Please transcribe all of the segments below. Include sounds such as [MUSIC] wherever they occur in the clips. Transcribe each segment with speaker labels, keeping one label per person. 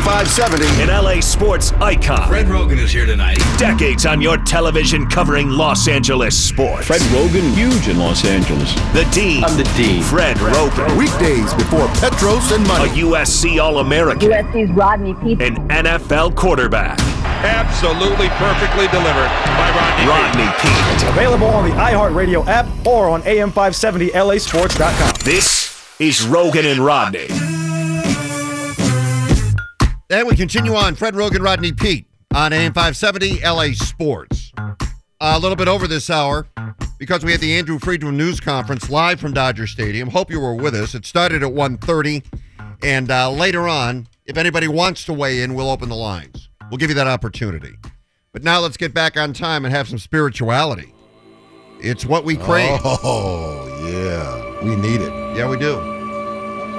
Speaker 1: 570.
Speaker 2: An LA sports icon.
Speaker 3: Fred Rogan is here tonight.
Speaker 2: Decades on your television covering Los Angeles sports.
Speaker 4: Fred Rogan, huge in Los Angeles.
Speaker 2: the Dean.
Speaker 5: I'm the Dean.
Speaker 2: Fred Rogan.
Speaker 1: Weekdays before Petros and
Speaker 2: A
Speaker 1: Money.
Speaker 2: USC All American.
Speaker 6: USC's Rodney Pete.
Speaker 2: An NFL quarterback.
Speaker 7: Absolutely perfectly delivered by Rodney.
Speaker 2: Rodney Pete.
Speaker 8: Available on the iHeartRadio app or on AM570LASports.com.
Speaker 2: This is Rogan and Rodney.
Speaker 9: And we continue on Fred Rogan, Rodney Pete on AM 570 LA Sports. a little bit over this hour because we had the Andrew Friedman news conference live from Dodger Stadium. Hope you were with us. It started at 1.30, and uh, later on, if anybody wants to weigh in, we'll open the lines. We'll give you that opportunity. But now let's get back on time and have some spirituality. It's what we crave.
Speaker 1: Oh, yeah. We need it.
Speaker 9: Yeah, we do.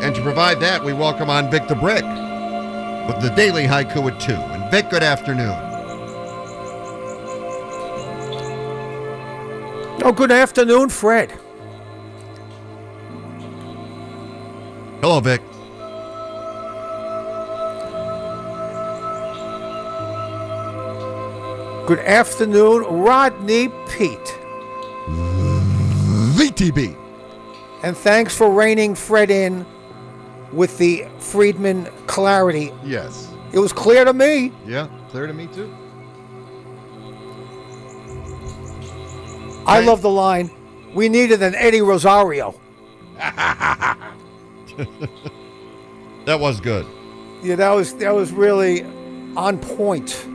Speaker 9: And to provide that, we welcome on Vic the Brick with the Daily Haiku at 2. And Vic, good afternoon.
Speaker 8: Oh, good afternoon, Fred.
Speaker 9: Hello, Vic.
Speaker 8: Good afternoon, Rodney Pete.
Speaker 1: VTB.
Speaker 8: And thanks for reining Fred in with the Friedman clarity.
Speaker 1: Yes.
Speaker 8: It was clear to me.
Speaker 1: Yeah. Clear to me, too.
Speaker 8: I
Speaker 9: Right.
Speaker 8: love the line. We needed an Eddie Rosario.
Speaker 9: That was good.
Speaker 8: Yeah, that was that was really on point.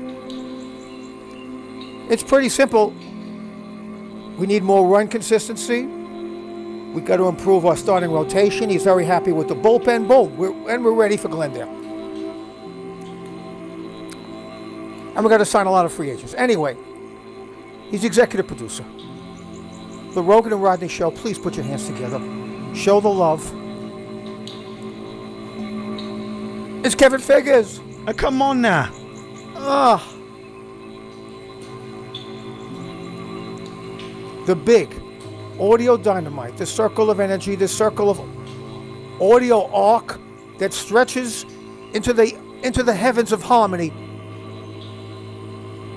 Speaker 8: It's pretty simple. We need more run consistency. We got to improve our starting rotation. He's very happy with the bullpen. Boom, we're, and we're ready for Glendale. And we got to sign a lot of free agents. Anyway, he's executive producer. The Rogan and Rodney Show. Please put your hands together. Show the love. It's Kevin Figures.
Speaker 7: Uh, come on now.
Speaker 8: Ah. The big audio dynamite, the circle of energy, the circle of audio arc that stretches into the into the heavens of harmony.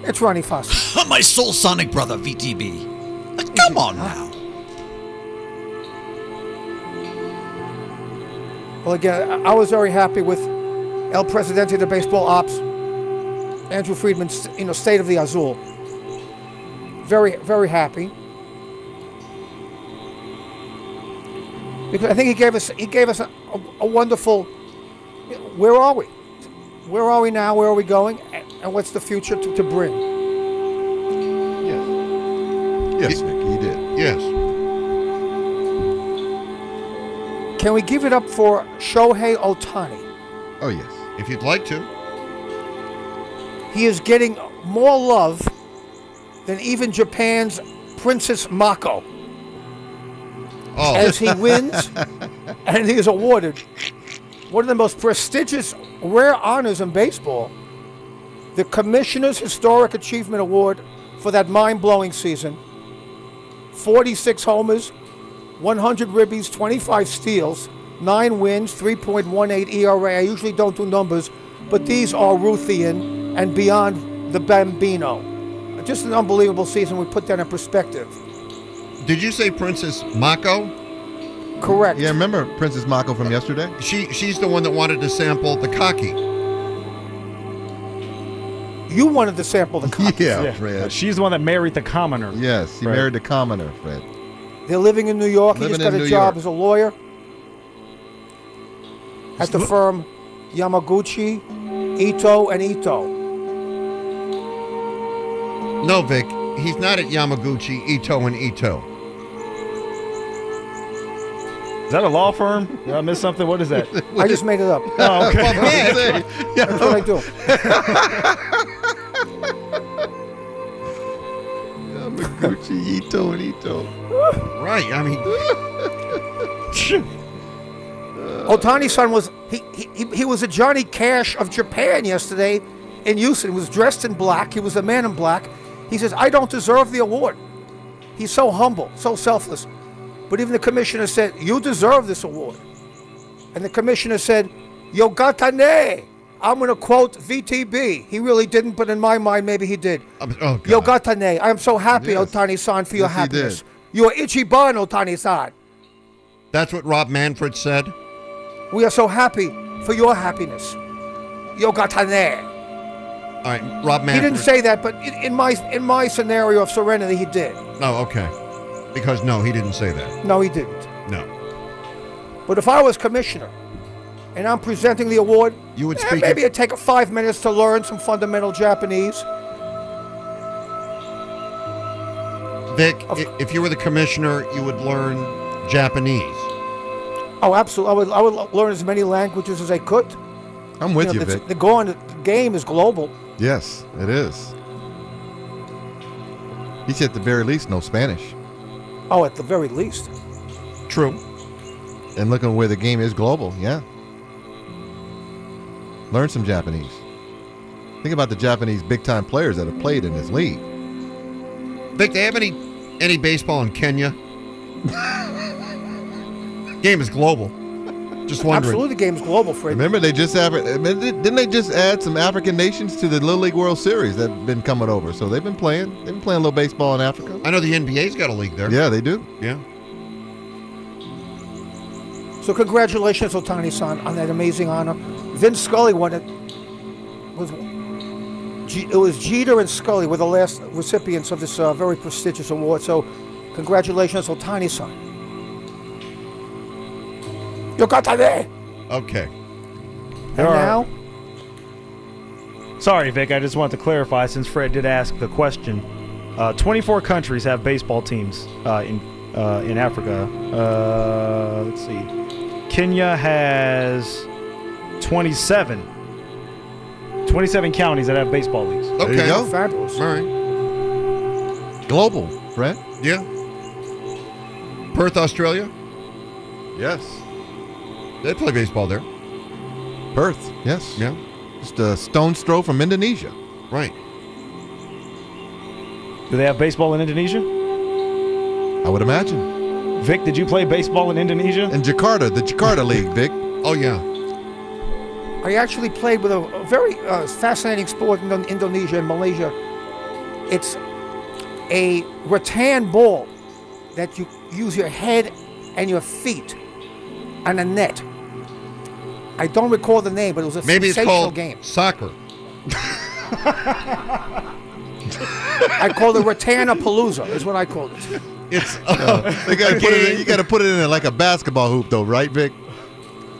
Speaker 8: It's Ronnie Foster.
Speaker 5: My soul sonic brother, VTB. Uh, Come on now.
Speaker 8: Well, again, I- I was very happy with El Presidente de Baseball Ops, Andrew Friedman's, you know, State of the Azul. Very, very happy. Because I think he gave us he gave us a, a, a wonderful. Where are we? Where are we now? Where are we going? And, and what's the future to, to bring?
Speaker 1: Yes. Yes, Nick, he did.
Speaker 9: Yes.
Speaker 8: Can we give it up for Shohei Otani?
Speaker 1: Oh, yes.
Speaker 9: If you'd like to.
Speaker 8: he is getting more love than even Japan's Princess Mako
Speaker 9: Oh,
Speaker 8: as he
Speaker 9: [LAUGHS]
Speaker 8: wins and he is awarded one of the most prestigious rare honors in baseball, the Commissioner's Historic Achievement Award for that mind blowing season. 46 homers, 100 ribbies, 25 steals, 9 wins, 3.18 ERA. E I usually don't do numbers, but these are Ruthian and beyond the Bambino. Just an unbelievable season. We put that in perspective.
Speaker 9: did you say Princess Mako?
Speaker 8: Correct.
Speaker 1: Yeah, remember Princess Mako from yesterday?
Speaker 9: She she's the one that wanted to sample the cocky.
Speaker 8: You wanted to sample the cock.
Speaker 1: Yeah,
Speaker 7: Yeah.
Speaker 1: Fred.
Speaker 7: She's the one that married the commoner.
Speaker 1: Yes, he
Speaker 7: Fred.
Speaker 1: married a commoner, Fred. [LAUGHS]
Speaker 8: They're living in New York. he
Speaker 1: Living
Speaker 8: just got
Speaker 1: in
Speaker 8: a
Speaker 1: New
Speaker 8: job
Speaker 1: York.
Speaker 8: as a lawyer at the firm Yamaguchi, Ito, and Ito.
Speaker 9: No, Vic, he's not at Yamaguchi, Ito, and Ito.
Speaker 7: Is that a law firm? Did I miss something? What is that?
Speaker 8: I just made it
Speaker 3: [LAUGHS]
Speaker 8: up.
Speaker 7: Oh,
Speaker 1: [LAUGHS]
Speaker 7: okay.
Speaker 9: Man,
Speaker 8: [LAUGHS] That's what I do.
Speaker 1: Yamaguchi, Ito, and Ito.
Speaker 9: right. I mean,
Speaker 8: [LAUGHS] Otani's son was he, he he- he was a Johnny Cash of Japan yesterday in Houston. He was dressed in black. He was a man in black. He says, "I don't deserve the award." He's so humble, so selfless. But even the commissioner said, "You deserve this award." And the commissioner said, "Yogatane, I'm going to quote VTB. He really didn't, but in my mind, maybe he did.
Speaker 9: Um, oh, God.
Speaker 8: Yogatane, I am so happy,
Speaker 1: Yes.
Speaker 8: Otani san, for your
Speaker 1: Yes, he did.
Speaker 8: happiness. You are Ichiban, Otani san.
Speaker 9: That's what Rob Manfred said.
Speaker 8: We are so happy for your happiness. Yogatane.
Speaker 9: All right, Rob
Speaker 8: He
Speaker 9: Manfred.
Speaker 8: didn't say that, but in, in my in my scenario of serenity, he did.
Speaker 9: No, okay. Because no, he didn't say that.
Speaker 8: No, he didn't.
Speaker 9: No.
Speaker 8: But if I was commissioner and I'm presenting the award,
Speaker 9: You would
Speaker 8: eh,
Speaker 9: speak
Speaker 8: maybe
Speaker 9: in-
Speaker 8: it'd take five minutes to learn some fundamental Japanese.
Speaker 9: Vic,
Speaker 8: Of-
Speaker 9: i- if you were the commissioner, you would learn Japanese.
Speaker 8: Oh, absolutely. I would, I would learn as many languages as I could.
Speaker 1: I'm with you,
Speaker 8: the,
Speaker 1: Vic.
Speaker 8: the going the game is global.
Speaker 1: Yes, it is. He said at the very least no Spanish.
Speaker 8: Oh, at the very least.
Speaker 9: True.
Speaker 1: And looking where the game is global, yeah. Learn some Japanese. Think about the Japanese big time players that have played in this league.
Speaker 9: Vic, do they have any any baseball in Kenya? Game is global. Just wondering.
Speaker 8: Absolutely, the game's global, Fred.
Speaker 1: Remember, they just have, didn't they just add some African nations to the Little League World Series that have been coming over? So they've been playing, they've been playing a little baseball in Africa.
Speaker 9: I know the NBA's got a league there.
Speaker 1: Yeah, they do.
Speaker 9: Yeah.
Speaker 8: So congratulations, Otani-san, on that amazing honor. Vince Scully won it. Was Je- it was Jeter and Scully were the last recipients of this uh, very prestigious award. So congratulations, Otani-san. You got that?
Speaker 9: Okay.
Speaker 8: And
Speaker 3: All right.
Speaker 8: now,
Speaker 3: Sorry, Vic. I just wanted to clarify since Fred did ask the question. Uh, 24 countries have baseball teams uh, in uh, in Africa. Uh, let's see. Kenya has 27. 27 counties that have baseball leagues.
Speaker 9: Okay.
Speaker 1: you go.
Speaker 8: fabulous.
Speaker 9: All right.
Speaker 1: Global, Brent.
Speaker 9: Yeah. Perth, Australia.
Speaker 1: Yes.
Speaker 9: They play baseball there.
Speaker 1: Perth. Yes.
Speaker 9: Yeah.
Speaker 1: Just a stone's throw from Indonesia.
Speaker 9: Right.
Speaker 3: Do they have baseball in Indonesia?
Speaker 1: I would imagine.
Speaker 3: Vic, did you play baseball in Indonesia?
Speaker 1: And Jakarta, the Jakarta League, Vic.
Speaker 9: Oh yeah.
Speaker 8: I actually played with a, a very uh, fascinating sport in Indon- Indonesia and Malaysia. It's a rattan ball that you use your head and your feet and a net. I don't recall the name, but it was a
Speaker 9: Maybe it's
Speaker 8: sensational
Speaker 9: called
Speaker 8: game.
Speaker 9: soccer.
Speaker 8: I called it rattan palooza, is what I called it.
Speaker 9: It's
Speaker 1: [LAUGHS] They gotta put it in, you got to put it in like a basketball hoop, though, right, Vic?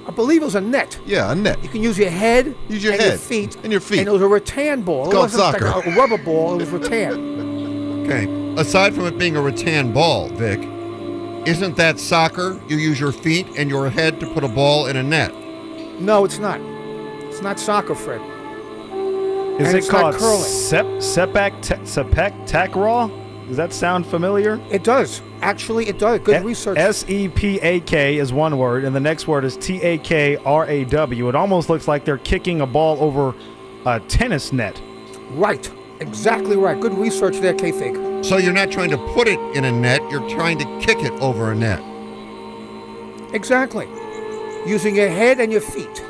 Speaker 8: I believe it was a net.
Speaker 1: Yeah, a net.
Speaker 8: You can use your head,
Speaker 1: Use your
Speaker 8: and your
Speaker 1: head
Speaker 8: feet,
Speaker 1: and your feet.
Speaker 8: And it was a rattan ball. it
Speaker 1: It's called
Speaker 8: wasn't like
Speaker 1: soccer.
Speaker 8: a rubber ball. It was rattan.
Speaker 9: okay. Aside from it being a rattan ball, Vic, isn't that soccer? You use your feet and your head to put a ball in a net.
Speaker 8: No, it's not. It's not soccer, Fred.
Speaker 3: Is
Speaker 8: and
Speaker 3: it
Speaker 8: it's not
Speaker 3: called
Speaker 8: curling.
Speaker 3: Sep Sepak Ta- Sepak Takraw? Does that sound familiar?
Speaker 8: It does. Actually, it does. Good research.
Speaker 3: S E P A K is one word, and the next word is T A K R A W. It almost looks like they're kicking a ball over a tennis net.
Speaker 8: right. Exactly right. Good research there, K-Fig.
Speaker 9: So you're not trying to put it in a net, you're trying to kick it over a net.
Speaker 8: Exactly. Using your head and your feet.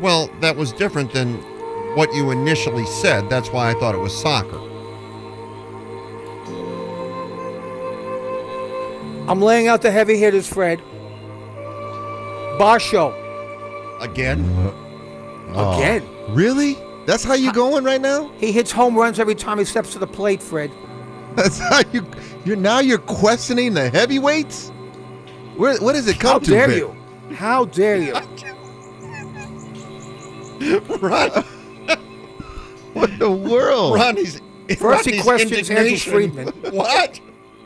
Speaker 9: Well, that was different than what you initially said. That's why I thought it was soccer.
Speaker 8: I'm laying out the heavy hitters, Fred. Basho.
Speaker 3: Uh,
Speaker 9: Again?
Speaker 1: Oh.
Speaker 8: Again.
Speaker 1: Really? That's how you going right now?
Speaker 8: He hits home runs every time he steps to the plate, Fred.
Speaker 1: That's how you. You're now you're questioning the heavyweights. Where? What does it come
Speaker 8: How
Speaker 1: to?
Speaker 8: dare
Speaker 1: Vic?
Speaker 8: you? How dare
Speaker 1: [LAUGHS]
Speaker 8: you?
Speaker 9: Ron,
Speaker 1: What the world?
Speaker 9: Ronnie's.
Speaker 8: First he
Speaker 9: Ronnie's
Speaker 8: questions Andrew
Speaker 9: indignation.
Speaker 8: Friedman.
Speaker 9: [LAUGHS] What?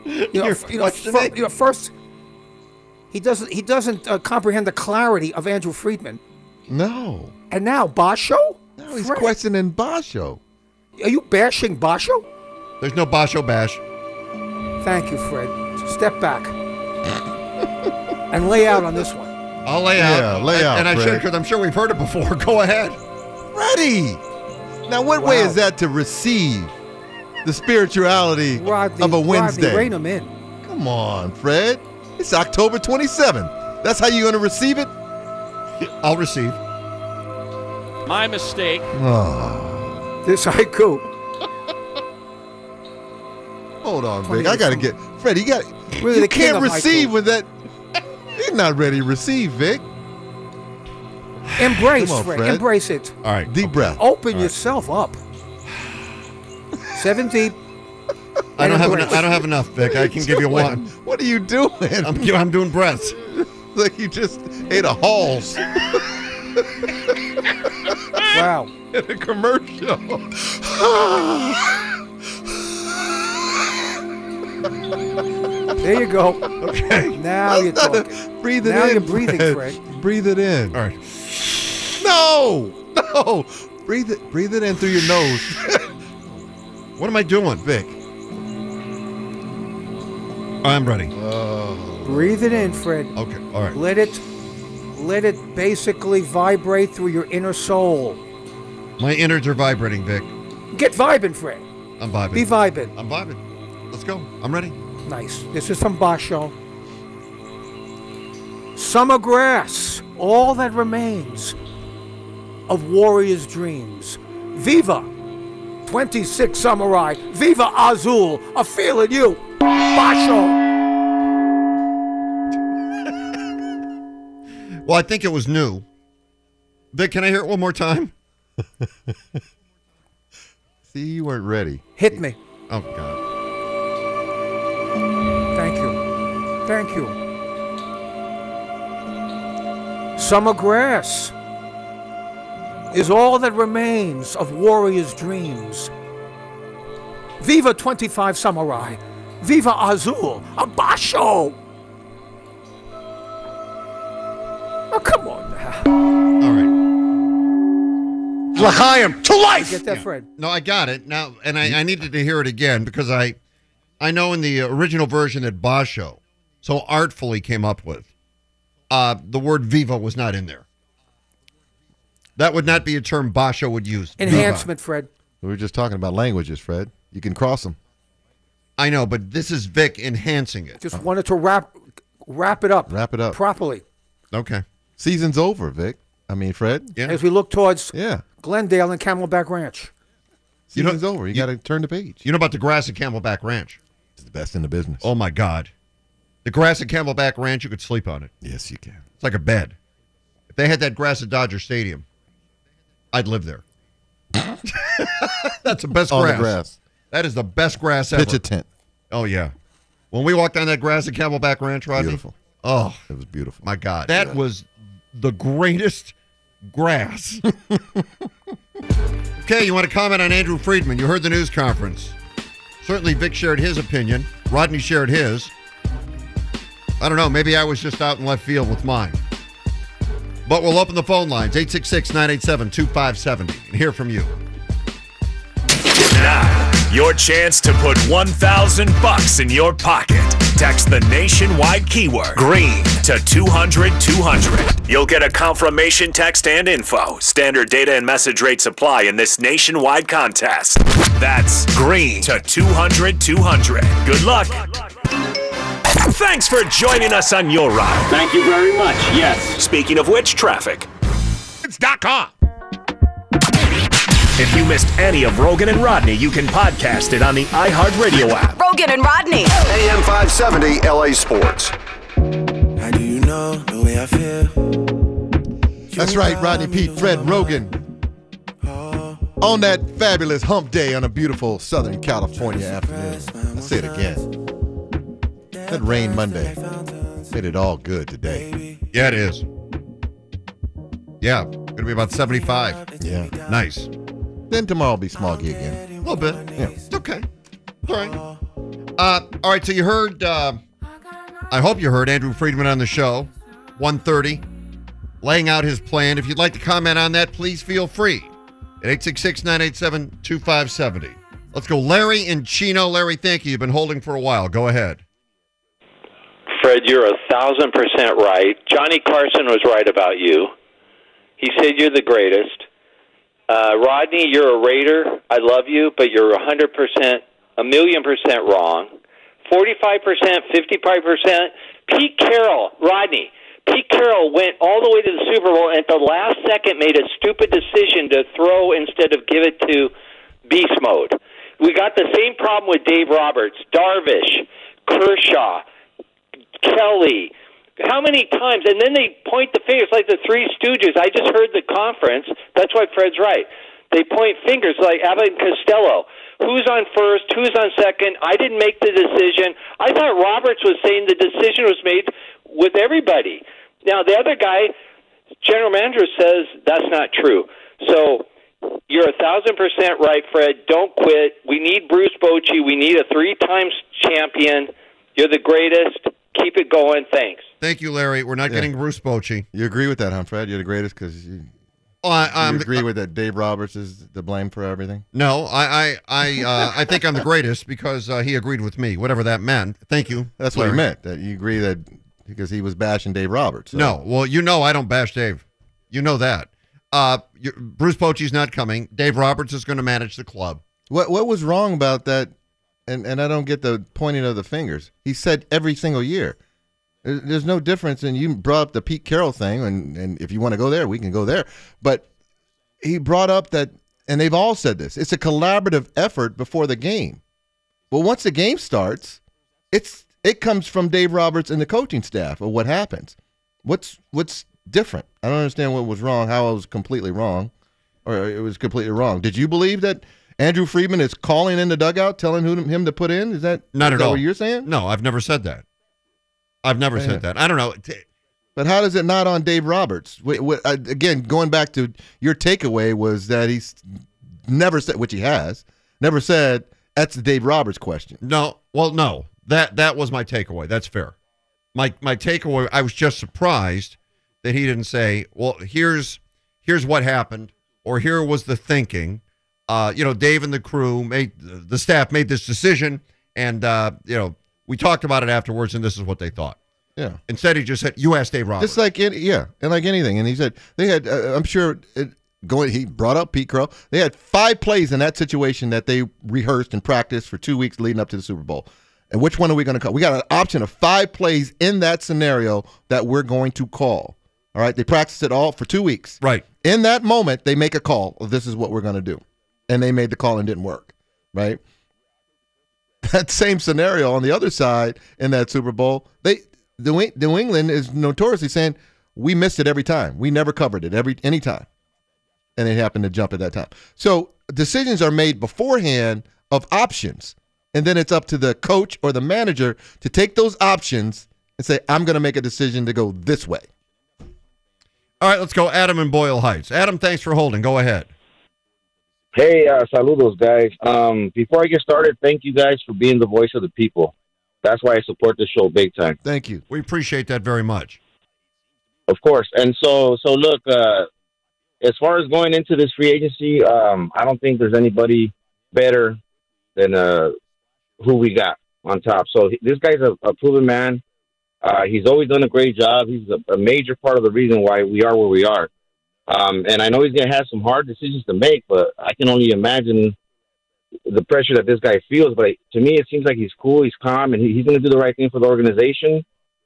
Speaker 8: You know,
Speaker 9: You're
Speaker 8: f- you know, fir-
Speaker 9: questioning?
Speaker 8: you know, first he doesn't he doesn't uh, comprehend the clarity of Andrew Friedman,
Speaker 9: Oh.
Speaker 1: No.
Speaker 8: and now Basho.
Speaker 1: Now he's
Speaker 8: Fred,
Speaker 1: questioning Basho.
Speaker 8: Are you bashing Basho?
Speaker 9: There's no basho bash.
Speaker 8: Thank you, Fred. Step
Speaker 9: [LAUGHS]
Speaker 8: back and lay out on this one.
Speaker 9: I'll lay out.
Speaker 1: Yeah, lay out,
Speaker 9: And, and I should,
Speaker 1: Fred.
Speaker 9: because I'm sure we've heard it before. [LAUGHS] Go ahead.
Speaker 1: Ready. Now, what way is that to receive the spirituality
Speaker 8: Rodney,
Speaker 1: of a
Speaker 8: Rodney,
Speaker 1: Wednesday?
Speaker 8: rein him in.
Speaker 1: Come on, Fred. It's October 27th. That's how you're going to receive it?
Speaker 9: I'll receive.
Speaker 7: My mistake.
Speaker 1: Oh.
Speaker 8: This haiku.
Speaker 1: Hold on, Vic. I gotta get Fred. You got.
Speaker 8: Really
Speaker 1: you
Speaker 8: the king
Speaker 1: can't
Speaker 8: of haiku.
Speaker 1: receive with that. You're not ready to receive, Vic.
Speaker 8: Embrace,
Speaker 1: Come on,
Speaker 8: Fred.
Speaker 1: Fred.
Speaker 8: Embrace it.
Speaker 9: All right.
Speaker 1: Deep breath.
Speaker 8: Open yourself up. Seven deep.
Speaker 9: I don't have enough, I don't have enough, Vic. I can give you
Speaker 1: Doing?
Speaker 9: one.
Speaker 1: What are you doing?
Speaker 9: I'm I'm doing breaths.
Speaker 1: [LAUGHS] like you just ate a halls
Speaker 8: Wow.
Speaker 1: [LAUGHS] in a commercial.
Speaker 8: There you go. Okay. Now you're talking.
Speaker 1: Breathe it
Speaker 8: Now
Speaker 1: in.
Speaker 8: you're breathing, Fred.
Speaker 1: Breathe it in.
Speaker 9: All right.
Speaker 1: No, no. Breathe it. Breathe it in through your nose,
Speaker 9: What am I doing?
Speaker 1: Vic.
Speaker 9: I'm ready.
Speaker 8: Oh. Breathe it in, Fred.
Speaker 9: Okay. All right.
Speaker 8: Let it, let it basically vibrate through your inner soul.
Speaker 9: My innards are vibrating, Vic.
Speaker 8: Get vibing, Fred.
Speaker 9: I'm vibing.
Speaker 8: Be vibing.
Speaker 9: I'm vibing. Let's go. I'm ready.
Speaker 8: Nice. This is from Basho. Summer grass, all that remains of warriors' dreams. Viva 26 Samurai. Viva Azul. A feeling you. Basho.
Speaker 9: Well, I think it was new. Vic, can I hear it one more time?
Speaker 1: See, you weren't ready.
Speaker 8: Hit me.
Speaker 9: Oh God.
Speaker 8: Thank you. Thank you. Summer grass is all that remains of warriors' dreams. Viva 25 Samurai! Viva Azul! Abasho! Oh, come on now.
Speaker 9: All right.
Speaker 5: L'chaim, to life!
Speaker 8: Get that, Fred.
Speaker 9: No, I got it now, and I, I needed to hear it again because I, I know in the original version that Basho so artfully came up with, uh, the word "viva" was not in there. That would not be a term Basho would use. Viva.
Speaker 8: Enhancement, Fred.
Speaker 1: We were just talking about languages, Fred. You can cross them.
Speaker 9: I know, but this is Vic enhancing it.
Speaker 8: Just wanted to wrap wrap it up.
Speaker 1: Wrap it up.
Speaker 8: Properly.
Speaker 9: Okay.
Speaker 1: Season's over, Vic. I mean, Fred.
Speaker 9: Yeah.
Speaker 8: As we look towards
Speaker 1: Yeah.
Speaker 8: Glendale and Camelback Ranch.
Speaker 9: You know-
Speaker 1: Season's over. You, got to turn the page.
Speaker 9: You know about the grass at Camelback Ranch?
Speaker 1: It's the best in the business.
Speaker 9: Oh my God. The grass at Camelback Ranch, you could sleep on it.
Speaker 1: yes, you can.
Speaker 9: It's like a bed. If they had that grass at Dodger Stadium, I'd live there. [LAUGHS] That's the best
Speaker 1: On
Speaker 9: grass.
Speaker 1: the grass.
Speaker 9: That is the best grass ever.
Speaker 1: Pitch a tent.
Speaker 9: Oh yeah. When we walked down that grass at Camelback Ranch, Rodney.
Speaker 1: Beautiful.
Speaker 9: Oh
Speaker 1: It was beautiful.
Speaker 9: my God. That was the greatest [LAUGHS] grass. okay, you want to comment on Andrew Friedman? You heard the news conference. Certainly, Vic shared his opinion. Rodney shared his. I don't know. Maybe I was just out in left field with mine. But we'll open the phone lines 866 987 2570 and hear from you.
Speaker 2: Now, your chance to put 1,000 bucks in your pocket. Text the nationwide keyword green to 200 200. You'll get a confirmation text and info. Standard data and message rates apply in this nationwide contest. That's green to 200 200. Good luck. Thanks for joining us on your ride.
Speaker 6: Thank you very much. Yes.
Speaker 2: Speaking of which, traffic.
Speaker 7: It's.com.
Speaker 2: If you missed any of Rogan and Rodney, you can podcast it on the iHeartRadio app.
Speaker 10: Rogan and Rodney.
Speaker 11: AM 570 LA Sports.
Speaker 6: How do you know the way I feel?
Speaker 1: That's right, Rodney Pete, Fred Rogan.
Speaker 6: Oh.
Speaker 1: On that fabulous hump day on a beautiful Southern California afternoon. Let's say it again. That rain Monday made it all good today.
Speaker 9: Yeah, it is. Yeah, gonna be about 75.
Speaker 1: Yeah.
Speaker 9: Nice.
Speaker 1: Then tomorrow will be smoggy again.
Speaker 9: A little bit.
Speaker 1: Yeah.
Speaker 9: It's okay. All right. Uh, all right. So you heard. Uh, I hope you heard Andrew Friedman on the show, 1:30, laying out his plan. If you'd like to comment on that, please feel free at 866-987-2570. Let's go, Larry and Chino. Larry, thank you. You've been holding for a while. Go ahead.
Speaker 6: Fred, you're a thousand percent right. Johnny Carson was right about you. He said you're the greatest. Uh, Rodney, you're a Raider. I love you, but you're a hundred percent, a million percent wrong. Forty-five percent, fifty-five percent. Pete Carroll, Rodney. Pete Carroll went all the way to the Super Bowl and at the last second made a stupid decision to throw instead of give it to beast mode. We got the same problem with Dave Roberts, Darvish, Kershaw, Kelly. How many times? And then they point the fingers like the Three Stooges. I just heard the conference. That's why Fred's right. They point fingers like Abbott and Costello. Who's on first? Who's on second? I didn't make the decision. I thought Roberts was saying the decision was made with everybody. Now the other guy, general manager, says that's not true. So you're a thousand percent right, Fred. Don't quit. We need Bruce Bochy. We need a three times champion. You're the greatest. Keep it going. Thanks.
Speaker 9: Thank you, Larry. We're not getting Bruce Bochy.
Speaker 1: You agree with that, huh, Fred? You're the greatest because you,
Speaker 9: Oh, I, I'm
Speaker 1: you agree with that Dave Roberts is the blame for everything?
Speaker 9: No, I I I, uh, I think I'm the greatest because uh, he agreed with me, whatever that meant. Thank you.
Speaker 1: That's what he
Speaker 9: Larry.
Speaker 1: meant, that you agree that because he was bashing Dave Roberts. so-
Speaker 9: No, well, you know I don't bash Dave. You know that. Uh, you, Bruce Bochy's not coming. Dave Roberts is going to manage the club.
Speaker 1: What what was wrong about that? And and I don't get the pointing of the fingers. He said every single year. There- There's no difference. And you brought up the Pete Carroll thing, and and if you want to go there, we can go there. But he brought up that, and they've all said this. It's a collaborative effort before the game. Well, once the game starts, it's it comes from Dave Roberts and the coaching staff of what happens. What's what's different? I don't understand what was wrong. How I was completely wrong, or it was completely wrong. Did you believe that Andrew Friedman is calling in the dugout, telling who, him to put in? Is that
Speaker 9: Not
Speaker 1: is
Speaker 9: at
Speaker 1: that
Speaker 9: all.
Speaker 1: What you're saying?
Speaker 9: No, I've never said that. I've never
Speaker 1: Yeah.
Speaker 9: said that. I don't know. T-
Speaker 1: But how does it not on Dave Roberts? Wh- wh- I- again, going back to your takeaway was that he's never said, which he has, never said that's the Dave Roberts question.
Speaker 9: No, well, no. That that was my takeaway. That's fair. My my takeaway. I was just surprised that he didn't say, "Well, here's here's what happened," or "Here was the thinking." Uh, you know, Dave and the crew made the staff made this decision, and uh, you know, we talked about it afterwards, and this is what they thought.
Speaker 1: Yeah.
Speaker 9: Instead, he just said, "You asked Dave Roberts."
Speaker 1: Just like any, yeah, and like anything. And he said they had. Uh, I'm sure it, going. He brought up Pete Crow. They had five plays in that situation that they rehearsed and practiced for two weeks leading up to the Super Bowl. And which one are we going to call? We got an option of five plays in that scenario that we're going to call. All right, they practiced it all for two weeks.
Speaker 9: Right.
Speaker 1: In that moment, they make a call. This is what we're going to do, and they made the call and didn't work. Right [LAUGHS] that same scenario on the other side in that Super Bowl, they the New Eng- New England is notoriously saying we missed it every time. We never covered it every any time, and it happened to jump at that time. So decisions are made beforehand of options, and then it's up to the coach or the manager to take those options and say, "I'm going to make a decision to go this way."
Speaker 9: All right, let's go. Adam in Boyle Heights. Adam, thanks for holding. Go ahead.
Speaker 10: Hey, uh, saludos, guys. Um, before I get started, thank you guys for being the voice of the people. That's why I support this show big time.
Speaker 1: Thank you.
Speaker 9: We appreciate that very much.
Speaker 10: Of course. And so, so look, uh, as far as going into this free agency, um, I don't think there's anybody better than uh, who we got on top. So he- this guy's a, a proven man. Uh, he's always done a great job. He's a, a major part of the reason why we are where we are. Um, and I know he's going to have some hard decisions to make, but I can only imagine the pressure that this guy feels. But to me, it seems like he's cool, he's calm, and he, he's going to do the right thing for the organization.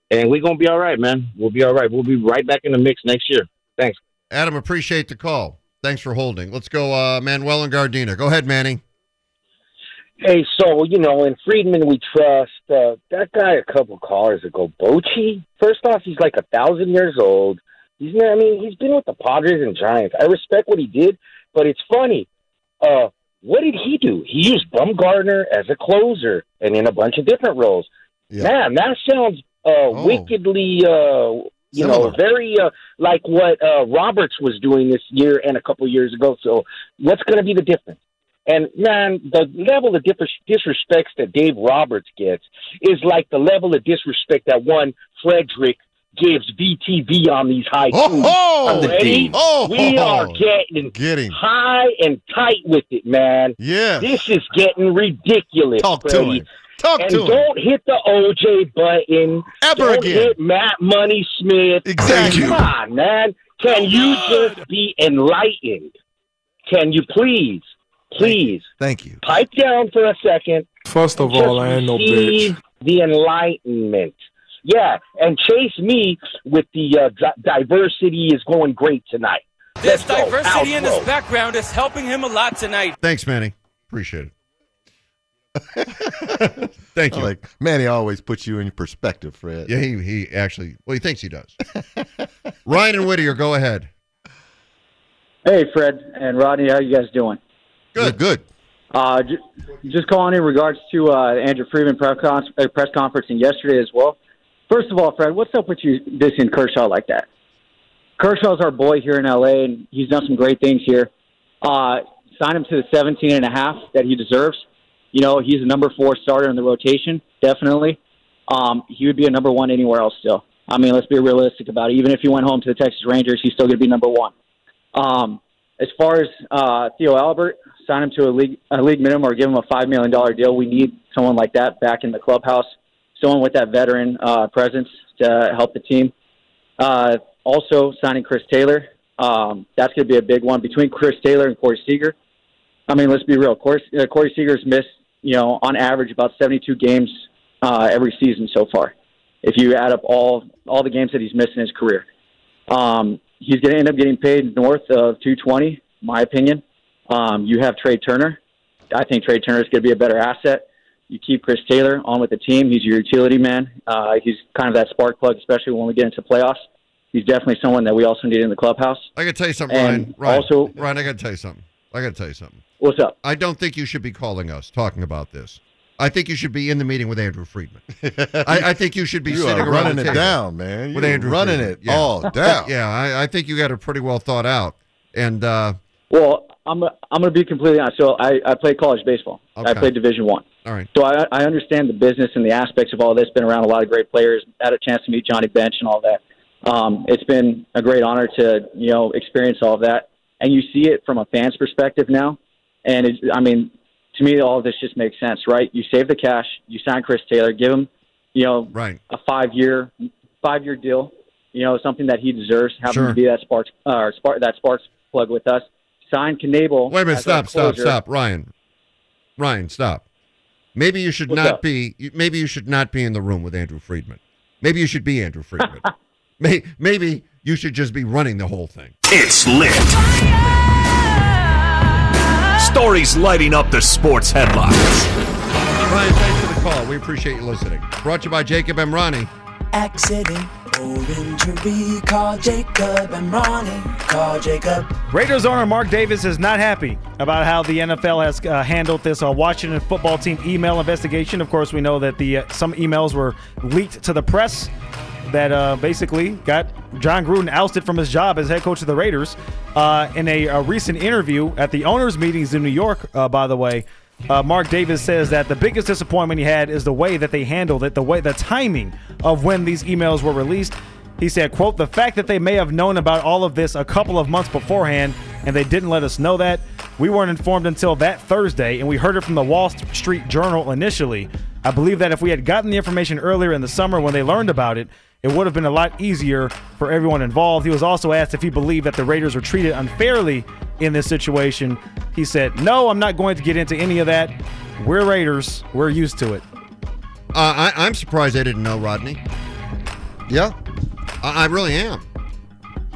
Speaker 10: And we're going to be all right, man. We'll be all right. We'll be right back in the mix next year. Thanks.
Speaker 9: Adam, appreciate the call. Thanks for holding. Let's go, uh, Manuel and Gardena. Go ahead, Manny.
Speaker 12: Hey, so you know, in Friedman we trust. Uh, that guy a couple callers ago, Bochy. First off, he's like a thousand years old. He's not, I mean, he's been with the Padres and Giants. I respect what he did, but it's funny. Uh, what did he do? He used Bumgarner as a closer and in a bunch of different roles. Man, that sounds uh, wickedly, uh, you know,
Speaker 13: Similar.
Speaker 12: very uh, like what uh, Roberts was doing this year and a couple years ago. So, what's going to be the difference? And man, the level of dis- disrespects that Dave Roberts gets is like the level of disrespect that one Frederick gives VTV on these high
Speaker 1: Oh,
Speaker 12: twos.
Speaker 1: oh,
Speaker 12: Already,
Speaker 1: oh,
Speaker 12: we are
Speaker 1: oh.
Speaker 12: getting
Speaker 1: Getting
Speaker 12: high and tight with it, man.
Speaker 1: Yeah,
Speaker 12: this is getting ridiculous.
Speaker 1: Talk to
Speaker 12: Freddie.
Speaker 1: him. Talk
Speaker 12: and
Speaker 1: to him.
Speaker 12: don't hit the OJ button
Speaker 1: Ever
Speaker 12: Don't
Speaker 1: again.
Speaker 12: Hit Matt Money Smith.
Speaker 1: Exactly. Oh,
Speaker 12: Come on, man. Can you just be enlightened? Can you please, please,
Speaker 1: thank you,
Speaker 12: pipe down for a second
Speaker 14: First of
Speaker 12: just
Speaker 14: all, I ain't no bitch.
Speaker 12: receive The enlightenment. Yeah, and chase me with the uh, di- diversity is going great tonight.
Speaker 13: This
Speaker 12: Let's go.
Speaker 13: diversity in
Speaker 12: Outro.
Speaker 13: his background is helping him a lot tonight.
Speaker 9: Thanks, Manny. Appreciate it. [LAUGHS] Thank you.
Speaker 1: Like Manny always puts you in perspective, Fred.
Speaker 9: Yeah, he, he actually, well, he thinks he does. [LAUGHS] Ryan and Whittier, go ahead.
Speaker 14: Hey, Fred and Rodney, how you guys doing?
Speaker 9: Good, good.
Speaker 14: Uh, j- just calling in regards to uh, Andrew Freeman press, con- uh, press conference and yesterday as well. First of all, Fred, what's up with you dissing Kershaw like that? Kershaw's our boy here in LA, and he's done some great things here. Uh, sign him to the 17 and a half that he deserves. You know, he's a number four starter in the rotation, definitely. Um, he would be a number one anywhere else still. I mean, let's be realistic about it. Even if he went home to the Texas Rangers, he's still going to be number one. Um, as far as uh, Theo Albert, sign him to a league a league minimum or give him a five million dollar deal. We need someone like that back in the clubhouse, someone with that veteran uh, presence to help the team. Uh, also, signing Chris Taylor, um, that's going to be a big one between Chris Taylor and Corey Seager. I mean, let's be real. Corey, uh, Corey Seager's missed, you know, on average about seventy-two games uh, every season so far. If you add up all all the games that he's missed in his career, um, he's going to end up getting paid north of 220, my opinion. Um, you have Trey Turner. I think Trey Turner is going to be a better asset. You keep Chris Taylor on with the team. He's your utility man. Uh, he's kind of that spark plug, especially when we get into playoffs. He's definitely someone that we also need in the clubhouse.
Speaker 9: I got to tell you something, Ryan.
Speaker 14: And
Speaker 9: Ryan,
Speaker 14: also-
Speaker 9: Ryan, I got to tell you something. I got to tell you something.
Speaker 14: What's up?
Speaker 9: I don't think you should be calling us talking about this. I think you should be in the meeting with Andrew
Speaker 14: [LAUGHS]
Speaker 9: Friedman. I, I think you should be
Speaker 1: You
Speaker 9: sitting
Speaker 1: are
Speaker 9: around
Speaker 1: running
Speaker 9: the
Speaker 1: it
Speaker 9: table
Speaker 1: down, man.
Speaker 9: With
Speaker 1: You're
Speaker 9: Andrew
Speaker 1: running
Speaker 9: Friedman.
Speaker 1: it all down.
Speaker 9: Yeah, I, I think you got it pretty well thought out. And uh,
Speaker 14: Well, I'm I'm going to be completely honest. So I, I played college baseball. I
Speaker 9: Okay.
Speaker 14: played Division One.
Speaker 9: All right.
Speaker 14: So I I understand the business and the aspects of all this. Been around a lot of great players. Had a chance to meet Johnny Bench and all that. Um, it's been a great honor to you know experience all of that. And you see it from a fan's perspective now. And it's, I mean, to me, all of this just makes sense, right? You save the cash. You sign Chris Taylor. Give him, you know,
Speaker 9: right.
Speaker 14: a five year five year deal. You know, something that he deserves. Have
Speaker 9: Sure.
Speaker 14: him be that spark uh, spark that sparks plug with us. Sign Knable.
Speaker 9: Wait a minute,
Speaker 14: as our
Speaker 9: stop, stop,
Speaker 14: closer.
Speaker 9: stop, Ryan. Ryan, stop. Maybe you should not
Speaker 14: up?
Speaker 9: be. you- Maybe you should not be in the room with Andrew Friedman. Maybe you should be
Speaker 14: [LAUGHS]
Speaker 9: Andrew Friedman. May, maybe you should just be running the whole thing.
Speaker 2: It's lit. Stories lighting up the sports headlines.
Speaker 9: Ryan, thanks for the call. We appreciate you listening. Brought to you by Jacob Emrani.
Speaker 15: Accident or injury, call Jacob and Ronnie. Call Jacob.
Speaker 3: Raiders owner Mark Davis is not happy about how the NFL has uh, handled this uh, Washington football team email investigation. Of course, we know that the uh, some emails were leaked to the press that uh, basically got John Gruden ousted from his job as head coach of the Raiders. Uh, in a, a recent interview at the owners' meetings in New York, uh, by the way, uh, Mark Davis says that the biggest disappointment he had is the way that they handled it, the way the timing of when these emails were released. He said, quote, the fact that they may have known about all of this a couple of months beforehand and they didn't let us know that. We weren't informed until that Thursday and we heard it from the Wall Street Journal initially. I believe that if we had gotten the information earlier in the summer when they learned about it, it would have been a lot easier for everyone involved. He was also asked if he believed that the Raiders were treated unfairly in this situation. He said, No, I'm not going to get into any of that. We're Raiders. We're used to it.
Speaker 9: Uh, I, I'm surprised I didn't know Rodney. Yeah, I, I really am.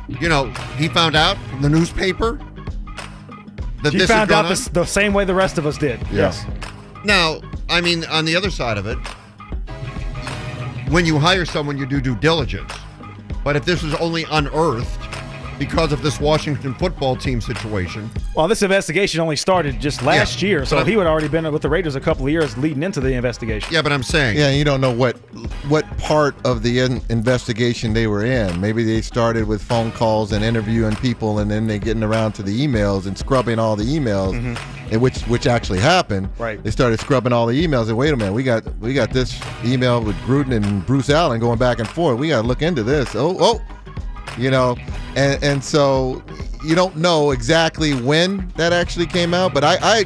Speaker 9: You know, he found out from the newspaper that
Speaker 3: he
Speaker 9: this
Speaker 3: found
Speaker 9: had
Speaker 3: out
Speaker 9: gone
Speaker 3: the, the same way the rest of us did. Yes.
Speaker 9: on. Now, I mean, on the other side of it, when you hire someone, you do due diligence. But if this was only unearthed because of this Washington football team situation,
Speaker 3: Well, this investigation only started just last
Speaker 9: Yeah,
Speaker 3: year, so
Speaker 9: but I'm-
Speaker 3: he would already been with the Raiders a couple of years leading into the investigation.
Speaker 9: Yeah, but I'm saying.
Speaker 1: Yeah, you don't know what what part of the in- investigation they were in. Maybe they started with phone calls and interviewing people, and then they getting around to the emails and scrubbing all the emails,
Speaker 9: Mm-hmm.
Speaker 3: Mhm.
Speaker 1: and which which actually happened.
Speaker 3: Right.
Speaker 1: They started scrubbing all the emails. And wait a minute, we got we got this email with Gruden and Bruce Allen going back and forth. We got to look into this. Oh oh, you know, and and so you don't know exactly when that actually came out, but I I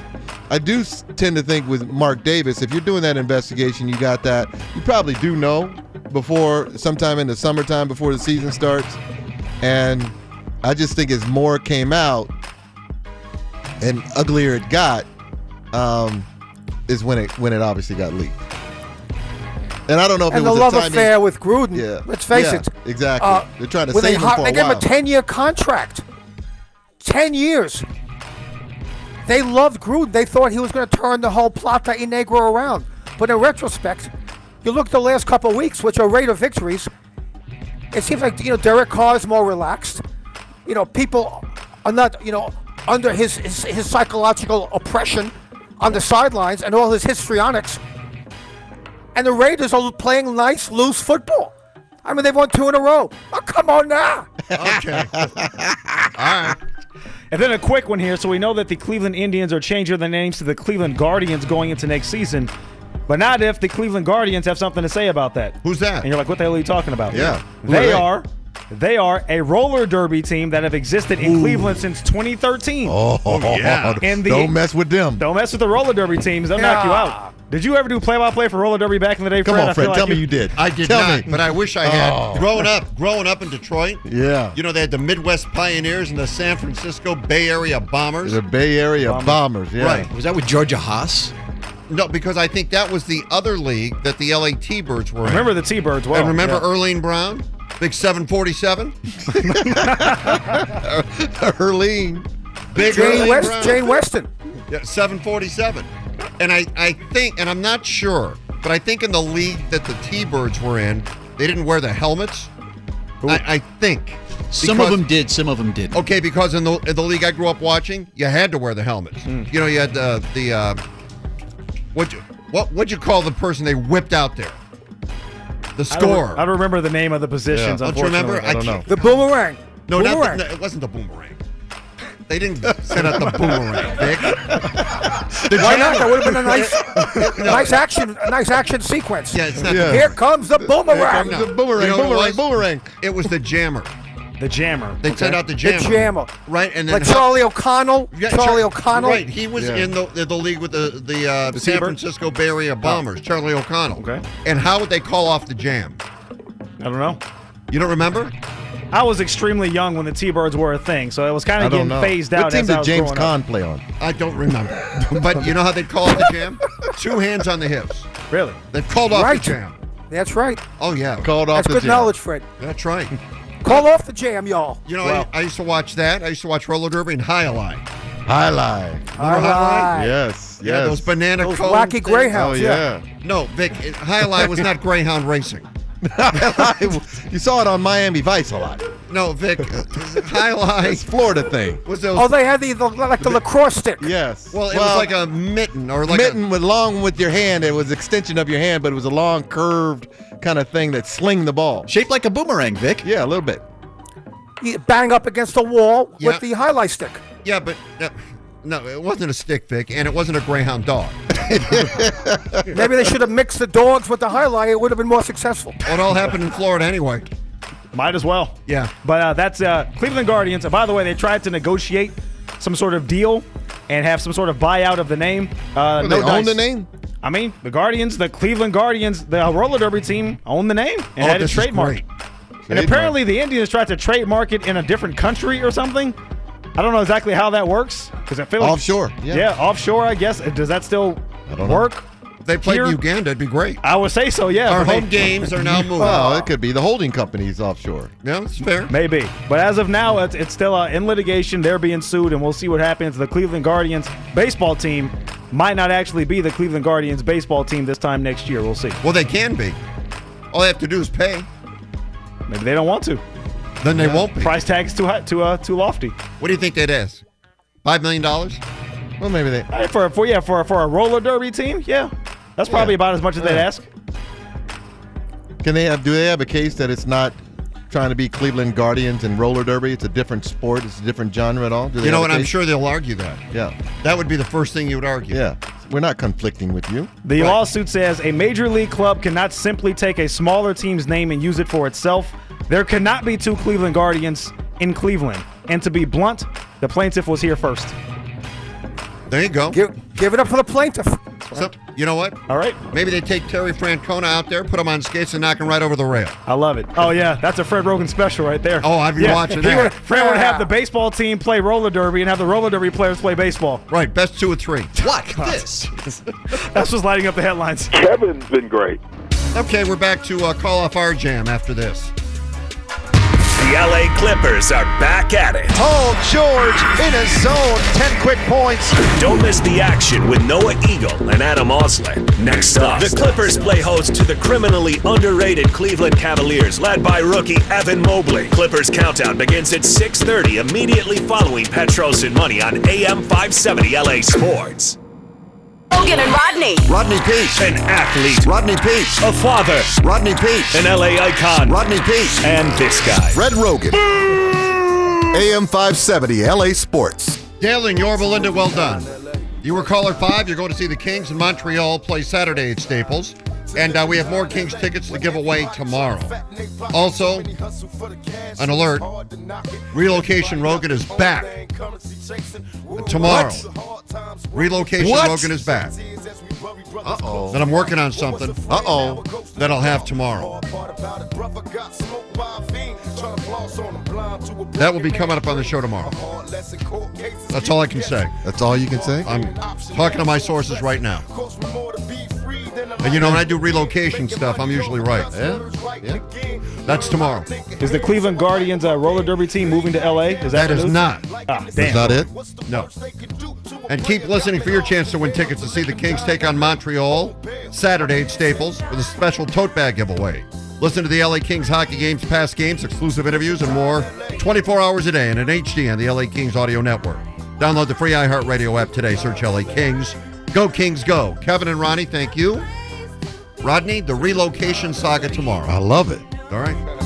Speaker 1: I do s- tend to think with Mark Davis, if you're doing that investigation, you got that. You probably do know before sometime in the summertime before the season starts, and I just think as more came out and uglier it got, um, is when it when it obviously got leaked. And I don't know if
Speaker 8: and
Speaker 1: it
Speaker 8: the
Speaker 1: was
Speaker 8: love
Speaker 1: a timing.
Speaker 8: affair with Gruden.
Speaker 1: Yeah.
Speaker 8: Let's face
Speaker 1: Yeah,
Speaker 8: it.
Speaker 1: exactly.
Speaker 8: Uh,
Speaker 1: They're trying to
Speaker 8: when they
Speaker 1: save him
Speaker 8: hi-
Speaker 1: for a
Speaker 8: They gave him a
Speaker 1: while.
Speaker 8: ten-year contract. Ten years. They loved Gruden. They thought he was going to turn the whole Plata y Negro around. But in retrospect, you look at the last couple of weeks, which are rate of victories. It seems like you know Derek Carr is more relaxed. You know, people are not you know under his his, his psychological oppression on the sidelines and all his histrionics and the Raiders are playing nice, loose football. I mean, they've won two in a row. Oh, come on now.
Speaker 3: [LAUGHS]
Speaker 9: Okay.
Speaker 3: And then a quick one here. So we know that the Cleveland Indians are changing their names to the Cleveland Guardians going into next season. But not if the Cleveland Guardians have something to say about that.
Speaker 9: Who's that?
Speaker 3: And you're like, what the hell are you talking about?
Speaker 9: Yeah. Who
Speaker 3: They
Speaker 9: are
Speaker 3: are they are a roller derby team that have existed in Cleveland since 2013.
Speaker 1: Oh, yeah.
Speaker 3: And the,
Speaker 1: Don't mess with them.
Speaker 3: Don't mess with the roller derby teams. They'll knock you
Speaker 1: Yeah.
Speaker 3: out. Did you ever do play-by-play for roller derby back in the day,
Speaker 1: Come
Speaker 3: Fred?
Speaker 1: on,
Speaker 3: I feel
Speaker 1: Fred.
Speaker 3: like
Speaker 1: tell me you did.
Speaker 9: I did
Speaker 1: tell
Speaker 9: not,
Speaker 1: me.
Speaker 9: but I wish I had.
Speaker 1: Oh.
Speaker 9: Growing up, growing up in Detroit,
Speaker 1: Yeah.
Speaker 9: you know they had the Midwest Pioneers and the San Francisco Bay Area Bombers.
Speaker 1: The Bay Area Bombers. Yeah.
Speaker 9: Right. Was that with Georgia Haas? No, because I think that was the other league that the LA T-Birds were in.
Speaker 3: Remember the T-Birds well.
Speaker 9: and remember
Speaker 3: yeah.
Speaker 9: Erlene Brown?
Speaker 1: [LAUGHS]
Speaker 9: Big 747?
Speaker 1: Erlene.
Speaker 9: Big
Speaker 8: Jane
Speaker 9: Erlene
Speaker 8: West-
Speaker 9: Brown.
Speaker 8: Jane Weston.
Speaker 9: Yeah, 747. And I, I think, and I'm not sure, but I think in the league that the T-Birds were in, they didn't wear the helmets. I, I think.
Speaker 5: Some of them did. Some of them did.
Speaker 9: Okay, because in the in the league I grew up watching, you had to wear the helmets.
Speaker 5: Hmm.
Speaker 9: You know, you had uh, the uh, what you what would you call the person they whipped out there? The
Speaker 3: I don't,
Speaker 9: scorer.
Speaker 3: re- I don't remember the name of the positions.
Speaker 9: Yeah. Don't you
Speaker 3: unfortunately.
Speaker 9: remember?
Speaker 3: I don't
Speaker 9: I
Speaker 3: know.
Speaker 9: can't-
Speaker 8: The boomerang.
Speaker 9: no, not the,
Speaker 8: boomerang.
Speaker 9: no, it wasn't the boomerang. They didn't send out
Speaker 8: [LAUGHS]
Speaker 9: the boomerang, Vic.
Speaker 8: Why not? That would have been [LAUGHS] a nice, nice action, a nice action sequence.
Speaker 9: Yeah, it's not- Yeah.
Speaker 8: Here comes the boomerang.
Speaker 9: No. You know what it was? It was the jammer.
Speaker 3: The jammer.
Speaker 9: They sent out the jammer.
Speaker 8: The jammer.
Speaker 9: Right, and then
Speaker 8: like Charlie O'Connell.
Speaker 9: Yeah,
Speaker 8: Charlie
Speaker 9: Char-
Speaker 8: O'Connell.
Speaker 9: Right, he was in the, the the league with the the, uh, San Francisco Bay
Speaker 3: Oh.
Speaker 9: Area Bombers. Charlie O'Connell. Okay. And how would they call off the jam?
Speaker 3: I don't know.
Speaker 9: You don't remember?
Speaker 3: I was extremely young when the T-Birds were a thing, so it was kind
Speaker 1: I
Speaker 3: of
Speaker 1: don't
Speaker 3: getting
Speaker 1: know.
Speaker 3: phased
Speaker 1: what
Speaker 3: out
Speaker 1: team
Speaker 3: as I
Speaker 1: did
Speaker 3: was
Speaker 1: James
Speaker 3: growing up.
Speaker 1: Conn play on?
Speaker 9: I don't remember. [LAUGHS] but you know how they call off the jam? Two hands on the hips.
Speaker 3: Really?
Speaker 9: They called off
Speaker 8: Right.
Speaker 9: the jam.
Speaker 8: That's right.
Speaker 9: Oh yeah.
Speaker 1: Called off
Speaker 8: That's
Speaker 1: the
Speaker 8: good
Speaker 1: jam.
Speaker 8: knowledge, Fred.
Speaker 9: That's right.
Speaker 8: Call off the jam, y'all.
Speaker 9: You know, I, I used to watch that. I used to watch roller derby and high line.
Speaker 1: Highlight.
Speaker 8: All right.
Speaker 1: Yes.
Speaker 9: Yeah,
Speaker 1: yes.
Speaker 9: those banana
Speaker 8: Those
Speaker 9: cone
Speaker 8: wacky
Speaker 9: things.
Speaker 8: greyhounds,
Speaker 1: Oh, yeah.
Speaker 9: No, Vic, it- high line was not greyhound racing.
Speaker 1: [LAUGHS] you saw it on Miami Vice a lot.
Speaker 9: No, Vic, uh, high line
Speaker 1: It's Florida thing.
Speaker 9: was those.
Speaker 8: Oh, they had the, the like the lacrosse stick.
Speaker 1: Yes.
Speaker 9: well, it was like a mitten or like
Speaker 1: mitten with long with your hand. It was extension of your hand, but it was a long curved kind of thing that sling the ball.
Speaker 5: Shaped like a boomerang, Vic.
Speaker 1: Yeah, a little bit.
Speaker 8: You bang up against the wall
Speaker 9: Yeah.
Speaker 8: with the highlight stick.
Speaker 9: a. Yeah, but no, no, it wasn't a stick, Vic, and it wasn't a greyhound dog.
Speaker 8: Maybe they should have mixed the dogs with the highlight. It would have been more successful.
Speaker 9: It all happened in Florida anyway.
Speaker 3: Might as well.
Speaker 9: Yeah.
Speaker 3: But uh, that's uh, Cleveland Guardians. And by the way, they tried to negotiate some sort of deal and have some sort of buyout of the name. Uh,
Speaker 1: Well,
Speaker 3: no
Speaker 1: they own
Speaker 3: dice.
Speaker 1: the name?
Speaker 3: I mean, the Guardians, the Cleveland Guardians, the roller derby team owned the name and
Speaker 9: Oh,
Speaker 3: had it
Speaker 9: this is
Speaker 3: trademarked.
Speaker 9: great.
Speaker 3: And apparently, the Indians tried to trademark it in a different country or something. I don't know exactly how that works because I feel like-
Speaker 1: Offshore, yeah.
Speaker 3: Yeah. offshore. I guess Uh, does that still
Speaker 1: don't know.
Speaker 3: work?
Speaker 9: If they played
Speaker 3: Here-
Speaker 9: in Uganda, it'd be great.
Speaker 3: I would say so. Yeah.
Speaker 9: Our
Speaker 3: but they-
Speaker 9: home games
Speaker 3: [LAUGHS]
Speaker 9: are now moving.
Speaker 1: Well, it could be the holding companies offshore.
Speaker 9: Yeah, it's fair.
Speaker 3: Maybe. But as of now, it's, it's still uh, in litigation. They're being sued, and we'll see what happens. The Cleveland Guardians baseball team might not actually be the Cleveland Guardians baseball team this time next year. We'll see.
Speaker 9: Well, they can be. All they have to do is pay.
Speaker 3: Maybe they don't want to.
Speaker 9: Then they won't be.
Speaker 3: Price tag's too high, too uh, too lofty.
Speaker 9: What do you think they'd ask? Five million dollars?
Speaker 1: Well, maybe they.
Speaker 3: Hey, for for yeah for for a roller derby team, yeah, that's probably about as much as they'd ask.
Speaker 1: Can they have? Do they have a case that it's not trying to be Cleveland Guardians and roller derby? It's a different sport. It's a different genre at all. Do they
Speaker 9: You know
Speaker 1: have a
Speaker 9: what? I'm
Speaker 1: case?
Speaker 9: sure they'll argue that.
Speaker 1: Yeah,
Speaker 9: That would be the first thing you would argue.
Speaker 1: yeah. We're not conflicting with you.
Speaker 3: The lawsuit says a major league club cannot simply take a smaller team's name and use it for itself. There cannot be two Cleveland Guardians in Cleveland. And to be blunt, the plaintiff was here first.
Speaker 9: There you go.
Speaker 8: Give, give it up for the plaintiff.
Speaker 9: So, you know what?
Speaker 3: All right.
Speaker 9: Maybe they take Terry Francona out there, put him on skates, and knock him right over the rail.
Speaker 3: I love it. Oh yeah, that's a Fred Rogan special right there.
Speaker 9: Oh, I'd be watching
Speaker 3: He
Speaker 9: that.
Speaker 3: would- Fred would have the baseball team play roller derby and have the roller derby players play baseball.
Speaker 9: Right, best two or three.
Speaker 5: Like this.
Speaker 3: [LAUGHS] That's what's lighting up the headlines.
Speaker 16: Kevin's been great.
Speaker 9: Okay, we're back to uh, call off our jam after this.
Speaker 2: The LA Clippers are back at it.
Speaker 1: Paul George in his zone, 10 quick points.
Speaker 2: Don't miss the action with Noah Eagle and Adam Osler. Next up, the Clippers play host to the criminally underrated Cleveland Cavaliers, led by rookie Evan Mobley. Clippers countdown begins at 6:30, immediately following Petros and Money on AM 570 LA Sports.
Speaker 16: Logan and Rodney.
Speaker 2: Rodney Peace. An athlete. Rodney Peace. A father. Rodney Peace. An LA icon. Rodney Peace. And this guy.
Speaker 1: Fred Rogan. AM 570 LA Sports.
Speaker 9: Dale and your Belinda, well done. You were caller five. You're going to see the Kings in Montreal play Saturday at Staples. And uh, we have more Kings tickets to give away tomorrow. Also, an alert Relocation Rogan is back. Tomorrow. Relocation
Speaker 1: What?
Speaker 9: Rogan is back.
Speaker 1: Uh oh.
Speaker 9: Then I'm working on something. Uh oh. That I'll have tomorrow. That will be coming up on the show tomorrow. That's all I can say.
Speaker 1: That's all you can say?
Speaker 9: I'm talking to my sources right now. And you know, when I do relocation stuff, I'm usually right. Yeah. That's tomorrow.
Speaker 3: Is the Cleveland Guardians uh, roller derby team moving to LA? Is that
Speaker 9: That is
Speaker 3: news?
Speaker 9: not.
Speaker 3: Ah, damn.
Speaker 9: Is that it? No. And keep listening for your chance to win tickets to see the Kings take on Montreal Saturday at Staples with a special tote bag giveaway. Listen to the LA Kings hockey games, past games, exclusive interviews, and more 24 hours a day and in HD on the LA Kings Audio Network. Download the free iHeartRadio app today. Search LA Kings. Go Kings, go. Kevin and Ronnie, thank you. Rodney, the relocation saga tomorrow. I
Speaker 1: love it.
Speaker 9: All right.